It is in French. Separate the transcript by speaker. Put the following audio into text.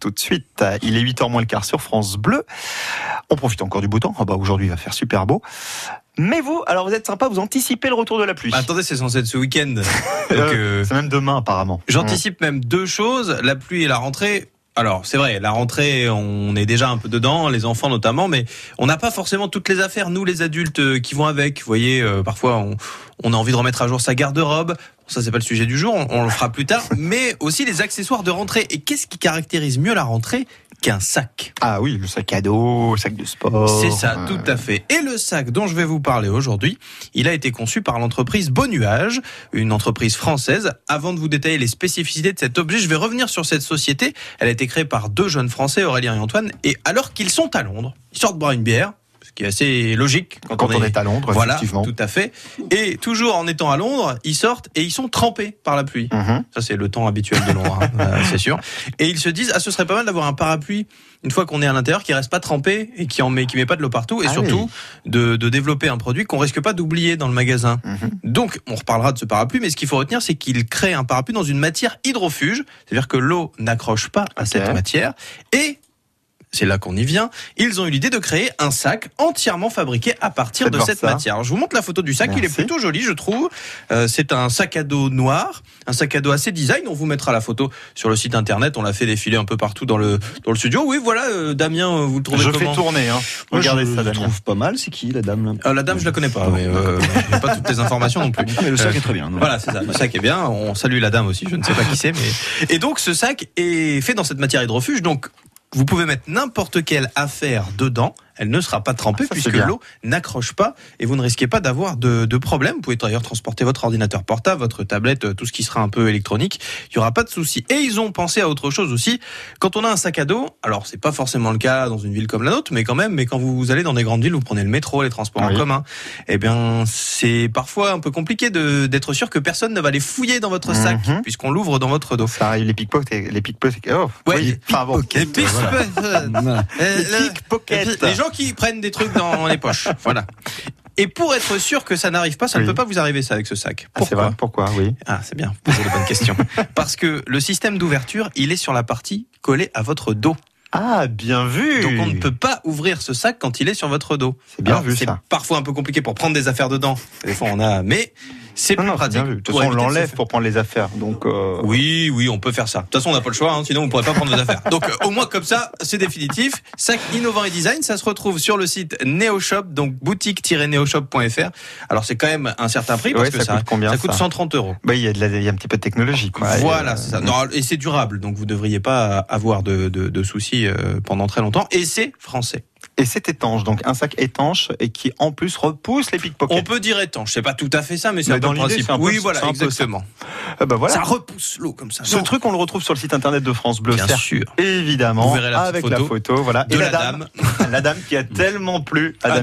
Speaker 1: tout de suite. Ah, Il est 8h moins le quart sur France Bleu. On profite encore du beau temps. Ah bah aujourd'hui, il va faire super beau. Mais vous, alors vous êtes sympa, vous anticipez le retour de la pluie.
Speaker 2: Bah, attendez, c'est censé être ce week-end. Donc, euh,
Speaker 1: C'est même demain apparemment.
Speaker 2: J'anticipe même deux choses, la pluie et la rentrée. Alors, c'est vrai, la rentrée, on est déjà un peu dedans, les enfants notamment, mais on n'a pas forcément toutes les affaires, nous les adultes, euh, qui vont avec. Vous voyez, euh, parfois, on, on a envie de remettre à jour sa garde-robe. Bon, ça, c'est pas le sujet du jour, on, on le fera plus tard. Mais aussi les accessoires de rentrée. Et qu'est-ce qui caractérise mieux la rentrée qu'un sac
Speaker 1: Ah oui, le sac à dos, le sac de sport. Euh,
Speaker 2: C'est ça, tout à fait. Et le sac dont je vais vous parler aujourd'hui, il a été conçu par l'entreprise Beau Nuage, une entreprise française. Avant de vous détailler les spécificités de cet objet, je vais revenir sur cette société. Elle a été créée par deux jeunes Français, Aurélien et Antoine, et alors qu'ils sont à Londres, ils sortent boire une bière, ce qui est assez logique
Speaker 1: Quand, on, est... à Londres,
Speaker 2: voilà,
Speaker 1: effectivement.
Speaker 2: tout à fait. Et toujours en étant à Londres, ils sortent et ils sont trempés par la pluie.
Speaker 1: Mhm.
Speaker 2: Ça, c'est le temps habituel de Londres, hein, euh, c'est sûr. Et ils se disent, ah, ce serait pas mal d'avoir un parapluie une fois qu'on est à l'intérieur qui reste pas trempé et qui en met, qui met pas de l'eau partout et
Speaker 1: Ah
Speaker 2: surtout de, de développer un produit qu'on risque pas d'oublier dans le magasin.
Speaker 1: Mhm.
Speaker 2: Donc, on reparlera de ce parapluie, mais ce qu'il faut retenir, c'est qu'il crée un parapluie dans une matière hydrofuge, c'est-à-dire que l'eau n'accroche pas à
Speaker 1: Ok.
Speaker 2: cette matière et c'est là qu'on y vient. Ils ont eu l'idée de créer un sac entièrement fabriqué à partir
Speaker 1: Faites
Speaker 2: de
Speaker 1: voir
Speaker 2: cette
Speaker 1: ça.
Speaker 2: matière. Alors, je vous montre la photo du sac. Il est
Speaker 1: Merci.
Speaker 2: plutôt joli, je trouve. Euh, c'est un sac à dos noir, un sac à dos assez design. On vous mettra la photo sur le site internet. On l'a fait défiler un peu partout dans le dans le studio. Oui, voilà, euh, Damien, euh, vous le trouvez
Speaker 1: Je
Speaker 2: comment
Speaker 1: fais tourner. Hein.
Speaker 3: Moi,
Speaker 1: Regardez
Speaker 3: je
Speaker 1: ça,
Speaker 3: le
Speaker 1: Damien.
Speaker 3: trouve pas mal. C'est qui la dame là
Speaker 2: Euh, La dame, je la connais pas. Mais, euh, j'ai pas toutes les informations non plus.
Speaker 3: Ah, mais le sac
Speaker 2: Euh,
Speaker 3: est très bien. non
Speaker 2: Voilà, c'est ça. Le sac est bien. On salue la dame aussi. Je ne sais pas qui c'est, mais et donc ce sac est fait dans cette matière hydrofuge. Donc vous pouvez mettre n'importe quelle affaire dedans. Elle ne sera pas
Speaker 1: Ah,
Speaker 2: trempée
Speaker 1: ça, c'est
Speaker 2: puisque
Speaker 1: bien.
Speaker 2: l'eau n'accroche pas et vous ne risquez pas d'avoir de, de problème. Vous pouvez d'ailleurs transporter votre ordinateur portable, votre tablette, euh, tout ce qui sera un peu électronique. Il y aura pas de souci. Et ils ont pensé à autre chose aussi. Quand on a un sac à dos, alors c'est pas forcément le cas dans une ville comme la nôtre, mais quand même, mais quand vous allez dans des grandes villes, vous prenez le métro, les transports
Speaker 1: Oui.
Speaker 2: en commun, eh bien, c'est parfois un peu compliqué de- d'être sûr que personne ne va les fouiller dans votre sac,
Speaker 1: Mhm.
Speaker 2: puisqu'on l'ouvre dans votre dos.
Speaker 1: Ça arrive, les pickpockets. Les pickpockets. Oh,
Speaker 2: Ouais,
Speaker 1: oui.
Speaker 2: les
Speaker 1: Enfin, bon.
Speaker 2: Les pickpockets.
Speaker 3: Voilà.
Speaker 2: Euh, le- et puis,
Speaker 1: pickpockets.
Speaker 2: les gens qui prennent des trucs dans les poches, voilà. Et pour être sûr que ça n'arrive pas, ça ne
Speaker 1: Oui.
Speaker 2: peut pas vous arriver ça avec ce sac.
Speaker 1: Ah, c'est
Speaker 2: Pourquoi
Speaker 1: vrai, pourquoi Oui.
Speaker 2: Ah, c'est bien, vous posez les bonnes questions. Parce que le système d'ouverture, il est sur la partie collée à votre dos.
Speaker 1: Ah, bien vu.
Speaker 2: Donc on ne peut pas ouvrir ce sac quand il est sur votre dos.
Speaker 1: C'est bien
Speaker 2: Alors,
Speaker 1: vu
Speaker 2: c'est
Speaker 1: ça.
Speaker 2: parfois un peu compliqué pour prendre des affaires dedans. Des fois on a, mais c'est
Speaker 1: Non,
Speaker 2: plus
Speaker 1: non, c'est
Speaker 2: pratique.
Speaker 1: bien vu. De toute
Speaker 2: pour
Speaker 1: façon, on
Speaker 2: éviter de se
Speaker 1: l'enlève
Speaker 2: faire-
Speaker 1: pour prendre les affaires. Donc. euh,
Speaker 2: Oui, oui, on peut faire ça. De toute façon, on n'a pas le choix, hein, sinon on ne pourrait pas prendre nos affaires. Donc, euh, au moins comme ça, c'est définitif. Sac innovant et design, ça se retrouve sur le site NeoShop, donc boutique-neoshop.fr. Alors, c'est quand même un certain prix parce
Speaker 1: ouais,
Speaker 2: que
Speaker 1: ça, coûte combien
Speaker 2: ça coûte 130 euros.
Speaker 1: Bah, il y a de la, il y a un petit peu de technologie, quoi.
Speaker 2: voilà,
Speaker 1: Et,
Speaker 2: c'est
Speaker 1: euh,
Speaker 2: ça. Non, et c'est durable, donc vous devriez pas avoir de, de- de soucis euh, pendant très longtemps. Et c'est français.
Speaker 1: Et c'est étanche, donc un sac étanche et qui en plus repousse les
Speaker 2: On
Speaker 1: pickpockets.
Speaker 2: peut dire étanche, c'est pas tout à fait ça, mais c'est
Speaker 1: Mais
Speaker 2: un peu
Speaker 1: dans
Speaker 2: le
Speaker 1: l'idée,
Speaker 2: principe.
Speaker 1: c'est un peu-
Speaker 2: oui,
Speaker 1: c'est un
Speaker 2: voilà,
Speaker 1: peu ça.
Speaker 2: exactement.
Speaker 1: Ah bah voilà.
Speaker 2: Ça repousse l'eau comme ça.
Speaker 1: Ce
Speaker 2: Non,
Speaker 1: truc, on le retrouve sur le site internet de France Bleu.
Speaker 2: bien
Speaker 1: certes,
Speaker 2: sûr.
Speaker 1: Évidemment,
Speaker 2: Vous verrez la
Speaker 1: avec
Speaker 2: petite photo
Speaker 1: la photo, voilà.
Speaker 2: De
Speaker 1: et
Speaker 2: la dame.
Speaker 1: la dame qui a tellement plu à
Speaker 2: Ah,
Speaker 1: Damien.